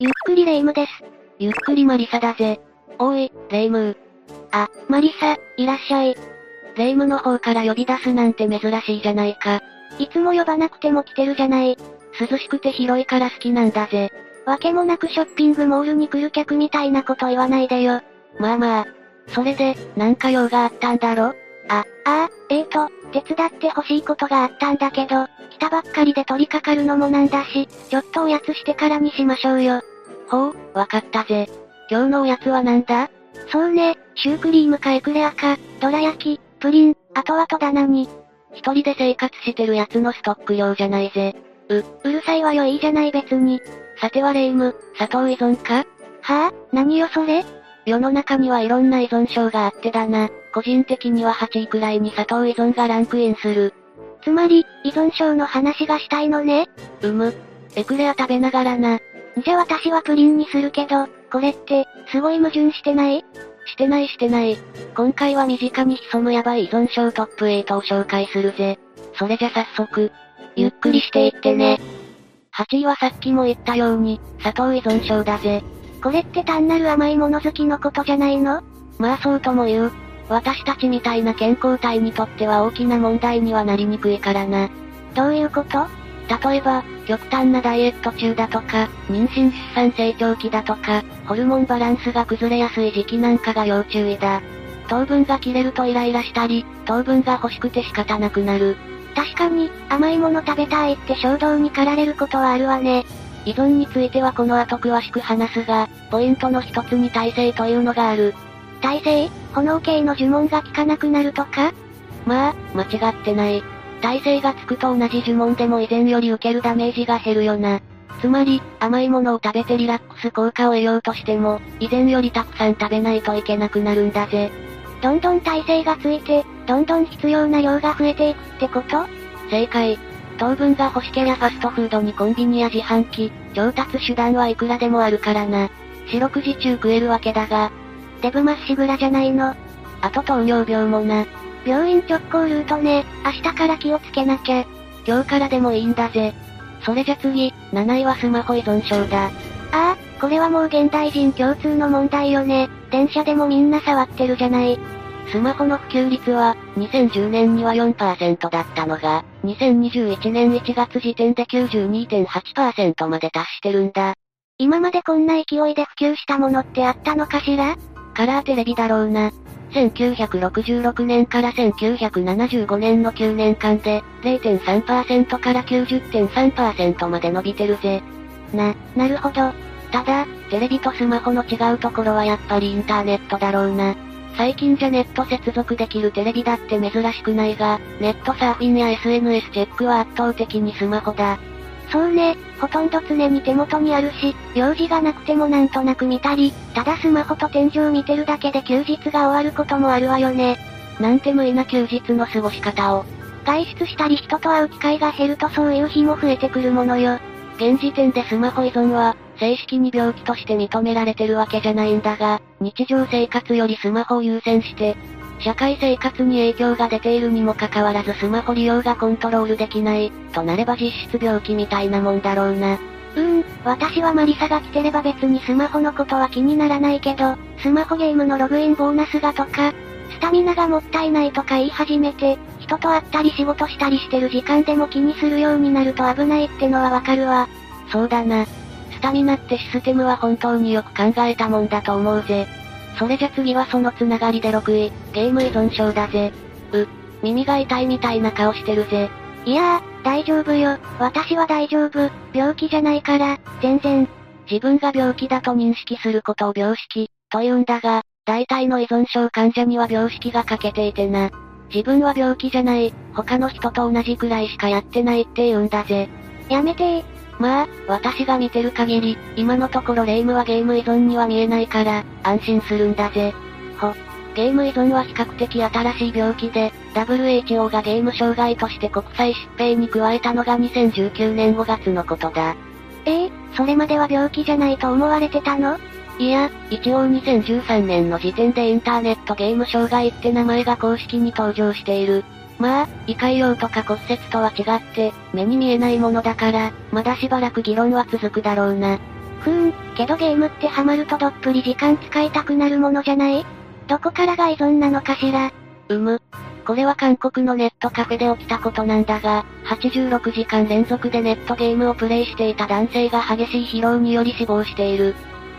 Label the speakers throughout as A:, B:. A: ゆっくりレ夢ムです。
B: ゆっくりマリサだぜ。おい、レ夢ム
A: あ、マリサ、いらっしゃい。
B: レ夢ムの方から呼び出すなんて珍しいじゃないか。
A: いつも呼ばなくても来てるじゃない。
B: 涼しくて広いから好きなんだぜ。
A: わけもなくショッピングモールに来る客みたいなこと言わないでよ。
B: まあまあ。それで、なんか用があったんだろ
A: あ、ああ、ええー、と、手伝ってほしいことがあったんだけど、来たばっかりで取り掛かるのもなんだし、ちょっとおやつしてからにしましょうよ。
B: ほう、わかったぜ。今日のおやつはなんだ
A: そうね、シュークリームかエクレアか、どら焼き、プリン、あとは戸棚に。
B: 一人で生活してるやつのストック量じゃないぜ。
A: う、うるさいわよいいじゃない別に。
B: さてはレイム、砂糖依存か
A: はぁ、あ、何よそれ
B: 世の中にはいろんな依存症があってだな。個人的には8位くらいに砂糖依存がランクインする。
A: つまり、依存症の話がしたいのね。
B: うむ。エクレア食べながらな。
A: じゃあ私はプリンにするけど、これって、すごい矛盾してない
B: してないしてない。今回は身近に潜むヤバい依存症トップ8を紹介するぜ。それじゃ早速、ゆっくりしていってね。8位はさっきも言ったように、砂糖依存症だぜ。
A: これって単なる甘いもの好きのことじゃないの
B: まあそうとも言う。私たちみたいな健康体にとっては大きな問題にはなりにくいからな。
A: どういうこと
B: 例えば、極端なダイエット中だとか、妊娠出産成長期だとか、ホルモンバランスが崩れやすい時期なんかが要注意だ。糖分が切れるとイライラしたり、糖分が欲しくて仕方なくなる。
A: 確かに、甘いもの食べたいって衝動に駆られることはあるわね。
B: 依存についてはこの後詳しく話すが、ポイントの一つに耐性というのがある。
A: 耐性炎系の呪文が効かなくなるとか
B: まあ、間違ってない。耐性がつくと同じ呪文でも以前より受けるダメージが減るよな。つまり、甘いものを食べてリラックス効果を得ようとしても、以前よりたくさん食べないといけなくなるんだぜ。
A: どんどん耐性がついて、どんどん必要な量が増えていくってこと
B: 正解。糖分が欲しけりゃファストフードにコンビニや自販機、調達手段はいくらでもあるからな。四六時中食えるわけだが、
A: デブまっしぐらじゃないの。
B: あと糖尿病もな。
A: 病院直行ルートね、明日から気をつけなきゃ。
B: 今日からでもいいんだぜ。それじゃ次、7位はスマホ依存症だ。
A: ああ、これはもう現代人共通の問題よね。電車でもみんな触ってるじゃない。
B: スマホの普及率は、2010年には4%だったのが、2021年1月時点で92.8%まで達してるんだ。
A: 今までこんな勢いで普及したものってあったのかしら
B: カラーテレビだろうな。1966年から1975年の9年間で、0.3%から90.3%まで伸びてるぜ。
A: な、なるほど。
B: ただ、テレビとスマホの違うところはやっぱりインターネットだろうな。最近じゃネット接続できるテレビだって珍しくないが、ネットサーフィンや SNS チェックは圧倒的にスマホだ。
A: そうね、ほとんど常に手元にあるし、用事がなくてもなんとなく見たり、ただスマホと天井見てるだけで休日が終わることもあるわよね。
B: なんて無意な休日の過ごし方を。
A: 外出したり人と会う機会が減るとそういう日も増えてくるものよ。
B: 現時点でスマホ依存は、正式に病気として認められてるわけじゃないんだが、日常生活よりスマホを優先して、社会生活に影響が出ているにもかかわらずスマホ利用がコントロールできない、となれば実質病気みたいなもんだろうな。
A: うーん、私はマリサが来てれば別にスマホのことは気にならないけど、スマホゲームのログインボーナスがとか、スタミナがもったいないとか言い始めて、人と会ったり仕事したりしてる時間でも気にするようになると危ないってのはわかるわ。
B: そうだな。スタミナってシステムは本当によく考えたもんだと思うぜ。それじゃ次はそのつながりで6位、ゲーム依存症だぜ。う、耳が痛いみたいな顔してるぜ。
A: いやー、大丈夫よ。私は大丈夫。病気じゃないから、全然。
B: 自分が病気だと認識することを病識、と言うんだが、大体の依存症患者には病識が欠けていてな。自分は病気じゃない、他の人と同じくらいしかやってないって言うんだぜ。
A: やめて
B: まあ、私が見てる限り、今のところ霊夢はゲーム依存には見えないから、安心するんだぜ。ほ。ゲーム依存は比較的新しい病気で、WHO がゲーム障害として国際疾病に加えたのが2019年5月のことだ。
A: ええー、それまでは病気じゃないと思われてたの
B: いや、一応2013年の時点でインターネットゲーム障害って名前が公式に登場している。まあ、胃潰瘍とか骨折とは違って、目に見えないものだから、まだしばらく議論は続くだろうな。
A: ふーん、けどゲームってハマるとどっぷり時間使いたくなるものじゃないどこからが依存なのかしら。
B: うむ。これは韓国のネットカフェで起きたことなんだが、86時間連続でネットゲームをプレイしていた男性が激しい疲労により死亡している。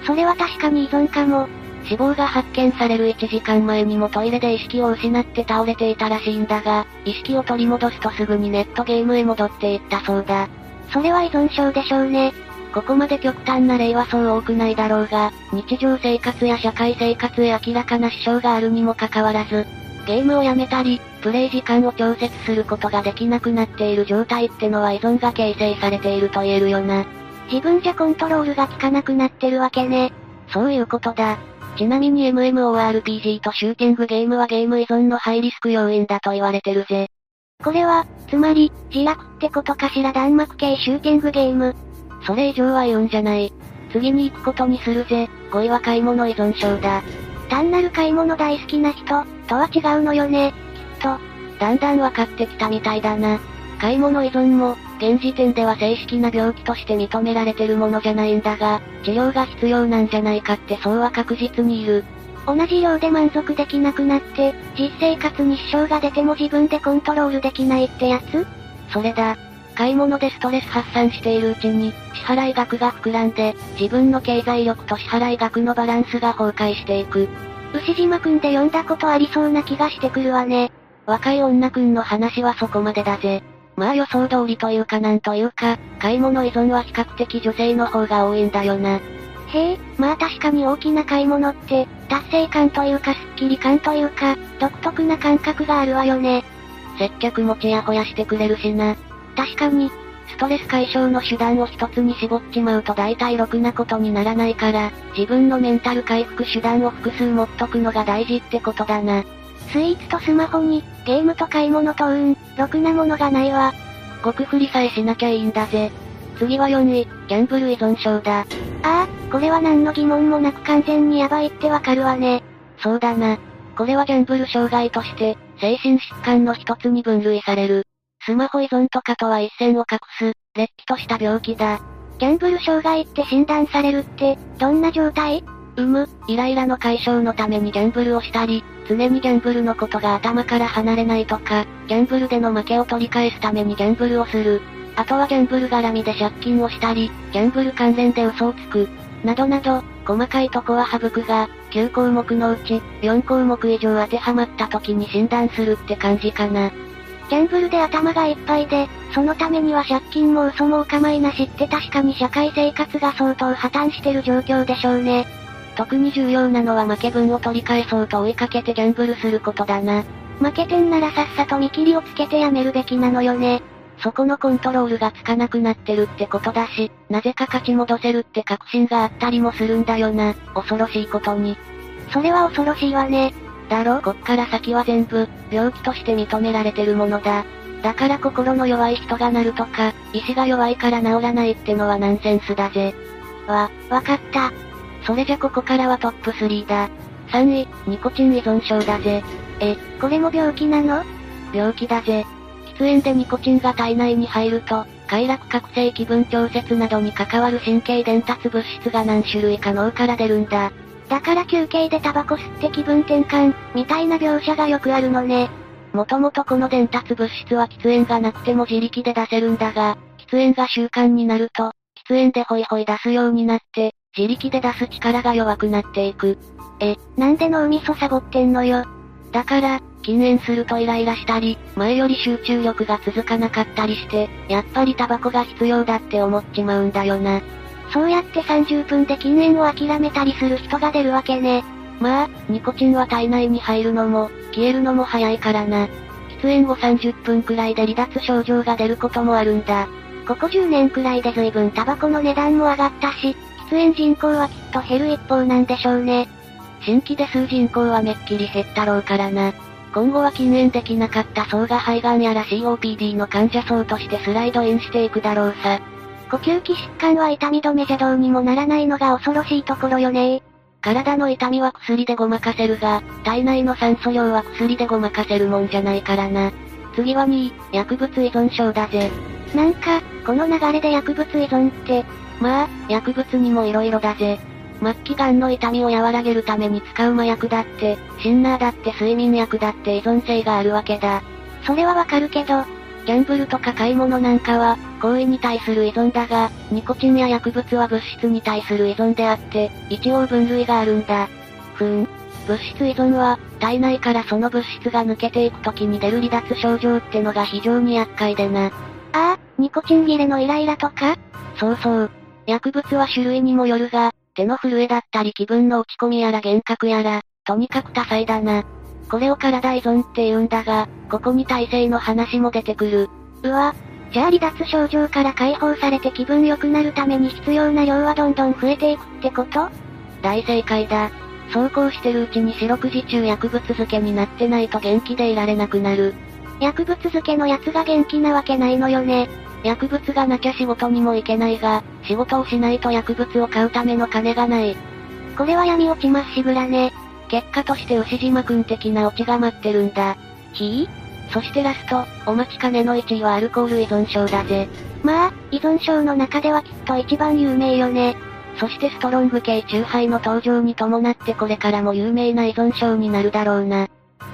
A: それは確かに依存かも。
B: 死亡が発見される1時間前にもトイレで意識を失って倒れていたらしいんだが、意識を取り戻すとすぐにネットゲームへ戻っていったそうだ。
A: それは依存症でしょうね。
B: ここまで極端な例はそう多くないだろうが、日常生活や社会生活へ明らかな支障があるにもかかわらず、ゲームをやめたり、プレイ時間を調節することができなくなっている状態ってのは依存が形成されていると言えるよな。
A: 自分じゃコントロールが効かなくなってるわけね。
B: そういうことだ。ちなみに MMORPG とシューティングゲームはゲーム依存のハイリスク要因だと言われてるぜ。
A: これは、つまり、自楽ってことかしら弾幕系シューティングゲーム。
B: それ以上は言うんじゃない。次に行くことにするぜ。5位は買い物依存症だ。
A: 単なる買い物大好きな人、とは違うのよね、きっと。
B: だんだん分かってきたみたいだな。買い物依存も、現時点では正式な病気として認められてるものじゃないんだが、治療が必要なんじゃないかってそうは確実にいる。
A: 同じ量で満足できなくなって、実生活に支障が出ても自分でコントロールできないってやつ
B: それだ。買い物でストレス発散しているうちに、支払い額が膨らんで、自分の経済力と支払い額のバランスが崩壊していく。
A: 牛島くんで読んだことありそうな気がしてくるわね。
B: 若い女くんの話はそこまでだぜ。まあ予想通りというかなんというか、買い物依存は比較的女性の方が多いんだよな。
A: へえ、まあ確かに大きな買い物って、達成感というかスッキリ感というか、独特な感覚があるわよね。
B: 接客もちやほやしてくれるしな。
A: 確かに、
B: ストレス解消の手段を一つに絞っちまうと大体ろくなことにならないから、自分のメンタル回復手段を複数持っとくのが大事ってことだな。
A: スイーツとスマホに、ゲームと買い物と運、ろくなものがないわ。
B: 極振りさえしなきゃいいんだぜ。次は4位、ギャンブル依存症だ。
A: ああ、これは何の疑問もなく完全にヤバいってわかるわね。
B: そうだな。これはギャンブル障害として、精神疾患の一つに分類される。スマホ依存とかとは一線を画す、れっきとした病気だ。
A: ギャンブル障害って診断されるって、どんな状態
B: うむ、イライラの解消のためにギャンブルをしたり、常にギャンブルのことが頭から離れないとか、ギャンブルでの負けを取り返すためにギャンブルをする。あとはギャンブル絡みで借金をしたり、ギャンブル関連で嘘をつく。などなど、細かいとこは省くが、9項目のうち、4項目以上当てはまった時に診断するって感じかな。
A: ギャンブルで頭がいっぱいで、そのためには借金も嘘もお構いなしって確かに社会生活が相当破綻してる状況でしょうね。
B: 特に重要なのは負け分を取り返そうと追いかけてギャンブルすることだな。
A: 負けてんならさっさと見切りをつけてやめるべきなのよね。
B: そこのコントロールがつかなくなってるってことだし、なぜか勝ち戻せるって確信があったりもするんだよな、恐ろしいことに。
A: それは恐ろしいわね。
B: だろこっから先は全部、病気として認められてるものだ。だから心の弱い人がなるとか、意志が弱いから治らないってのはナンセンスだぜ。
A: わ、わかった。
B: それじゃここからはトップ3だ。3位、ニコチン依存症だぜ。
A: え、これも病気なの
B: 病気だぜ。喫煙でニコチンが体内に入ると、快楽覚醒気分調節などに関わる神経伝達物質が何種類か脳から出るんだ。
A: だから休憩でタバコ吸って気分転換、みたいな描写がよくあるのね。
B: もともとこの伝達物質は喫煙がなくても自力で出せるんだが、喫煙が習慣になると、喫煙でホイホイ出すようになって、自力で出す力が弱くなっていく。
A: え、なんで脳みそサボってんのよ。
B: だから、禁煙するとイライラしたり、前より集中力が続かなかったりして、やっぱりタバコが必要だって思っちまうんだよな。
A: そうやって30分で禁煙を諦めたりする人が出るわけね。
B: まあ、ニコチンは体内に入るのも、消えるのも早いからな。喫煙後30分くらいで離脱症状が出ることもあるんだ。
A: ここ10年くらいで随分タバコの値段も上がったし、喫煙人口はきっと減る一方なんでしょうね。
B: 新規で数人口はめっきり減ったろうからな。今後は禁煙できなかった層が肺がんやら COPD の患者層としてスライドインしていくだろうさ。
A: 呼吸器疾患は痛み止めじゃどうにもならないのが恐ろしいところよね
B: 体の痛みは薬でごまかせるが、体内の酸素量は薬でごまかせるもんじゃないからな。次は2位、薬物依存症だぜ。
A: なんか、この流れで薬物依存って、
B: まあ、薬物にも色々だぜ。末期がんの痛みを和らげるために使う麻薬だって、シンナーだって睡眠薬だって依存性があるわけだ。
A: それはわかるけど、
B: ギャンブルとか買い物なんかは、行為に対する依存だが、ニコチンや薬物は物質に対する依存であって、一応分類があるんだ。ふーん。物質依存は、体内からその物質が抜けていく時に出る離脱症状ってのが非常に厄介でな。
A: ああ、ニコチン切れのイライラとか
B: そうそう。薬物は種類にもよるが、手の震えだったり気分の落ち込みやら幻覚やら、とにかく多彩だな。これを体依存って言うんだが、ここに体制の話も出てくる。
A: うわ。じゃあ離脱症状から解放されて気分良くなるために必要な量はどんどん増えていくってこと
B: 大正解だ。そうこうしてるうちに四六時中薬物漬けになってないと元気でいられなくなる。
A: 薬物漬けのやつが元気なわけないのよね。
B: 薬物がなきゃ仕事にも行けないが、仕事をしないと薬物を買うための金がない。
A: これは闇落ちまっしぐらね。
B: 結果として牛島くん的なオチが待ってるんだ。
A: ひぃ
B: そしてラスト、お待ちかねの1位はアルコール依存症だぜ。
A: まあ、依存症の中ではきっと一番有名よね。
B: そしてストロング系中杯の登場に伴ってこれからも有名な依存症になるだろうな。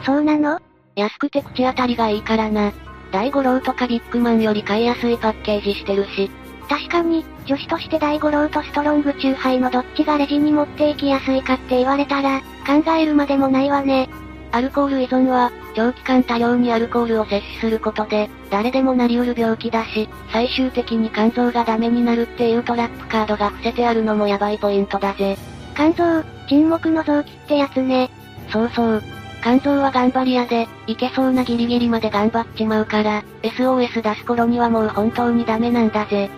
A: そうなの
B: 安くて口当たりがいいからな。大五郎とかビッグマンより買いやすいパッケージしてるし、
A: 確かに、女子として大五郎とストロングチューハイのどっちがレジに持っていきやすいかって言われたら、考えるまでもないわね。
B: アルコール依存は、長期間多量にアルコールを摂取することで、誰でもなりうる病気だし、最終的に肝臓がダメになるっていうトラップカードが伏せてあるのもヤバいポイントだぜ。
A: 肝臓、沈黙の臓器ってやつね。
B: そうそう。肝臓は頑張り屋で、いけそうなギリギリまで頑張っちまうから、SOS 出す頃にはもう本当にダメなんだぜ。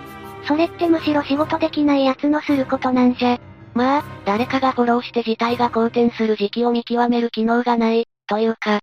A: それってむしろ仕事できないやつのすることなんじゃ。
B: まあ、誰かがフォローして事態が好転する時期を見極める機能がない、というか、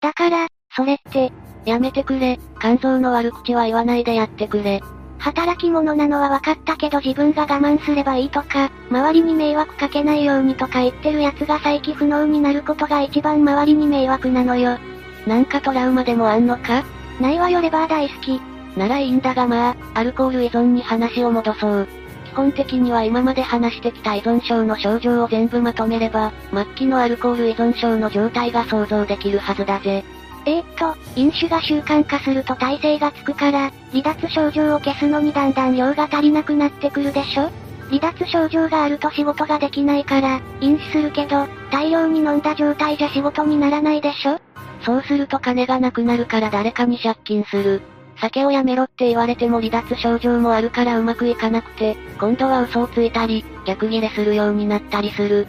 A: だから、それって、
B: やめてくれ、肝臓の悪口は言わないでやってくれ。
A: 働き者なのは分かったけど自分が我慢すればいいとか、周りに迷惑かけないようにとか言ってるやつが再起不能になることが一番周りに迷惑なのよ。
B: なんかトラウマでもあんのか
A: ないわよレバー大好き。
B: ならいいんだがまあ、アルコール依存に話を戻そう。基本的には今まで話してきた依存症の症状を全部まとめれば、末期のアルコール依存症の状態が想像できるはずだぜ。
A: えー、っと、飲酒が習慣化すると耐性がつくから、離脱症状を消すのにだんだん量が足りなくなってくるでしょ離脱症状があると仕事ができないから、飲酒するけど、大量に飲んだ状態じゃ仕事にならないでしょ
B: そうすると金がなくなるから誰かに借金する。酒をやめろって言われても離脱症状もあるからうまくいかなくて、今度は嘘をついたり、逆ギレするようになったりする。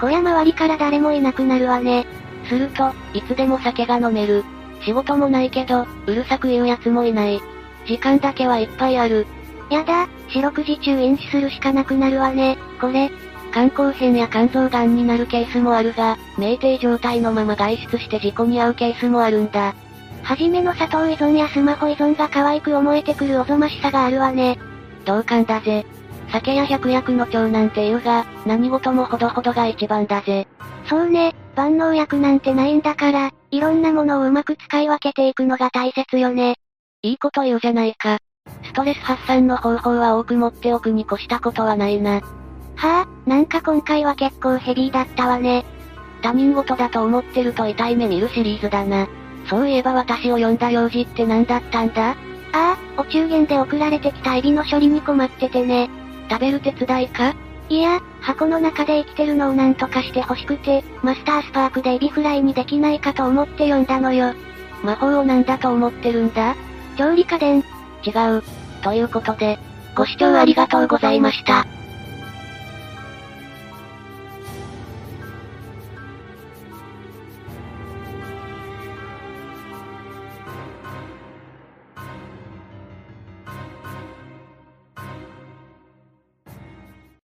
A: こりゃ周りから誰もいなくなるわね。
B: すると、いつでも酒が飲める。仕事もないけど、うるさく言う奴もいない。時間だけはいっぱいある。
A: やだ、四六時中飲酒するしかなくなるわね、これ。
B: 肝硬変や肝臓がんになるケースもあるが、酩酊状態のまま外出して事故に遭うケースもあるんだ。
A: はじめの砂糖依存やスマホ依存が可愛く思えてくるおぞましさがあるわね。
B: 同感だぜ。酒や百薬の長なんて言うが、何事もほどほどが一番だぜ。
A: そうね、万能薬なんてないんだから、いろんなものをうまく使い分けていくのが大切よね。
B: いいこと言うじゃないか。ストレス発散の方法は多く持っておくに越したことはないな。
A: はあ、なんか今回は結構ヘビーだったわね。
B: 他人事だと思ってると痛い目見るシリーズだな。そういえば私を呼んだ用事って何だったんだ
A: ああ、お中元で送られてきたエビの処理に困っててね。
B: 食べる手伝いか
A: いや、箱の中で生きてるのをなんとかして欲しくて、マスタースパークでエビフライにできないかと思って呼んだのよ。
B: 魔法をなんだと思ってるんだ
A: 調理家電、
B: 違う。ということで、ご視聴ありがとうございました。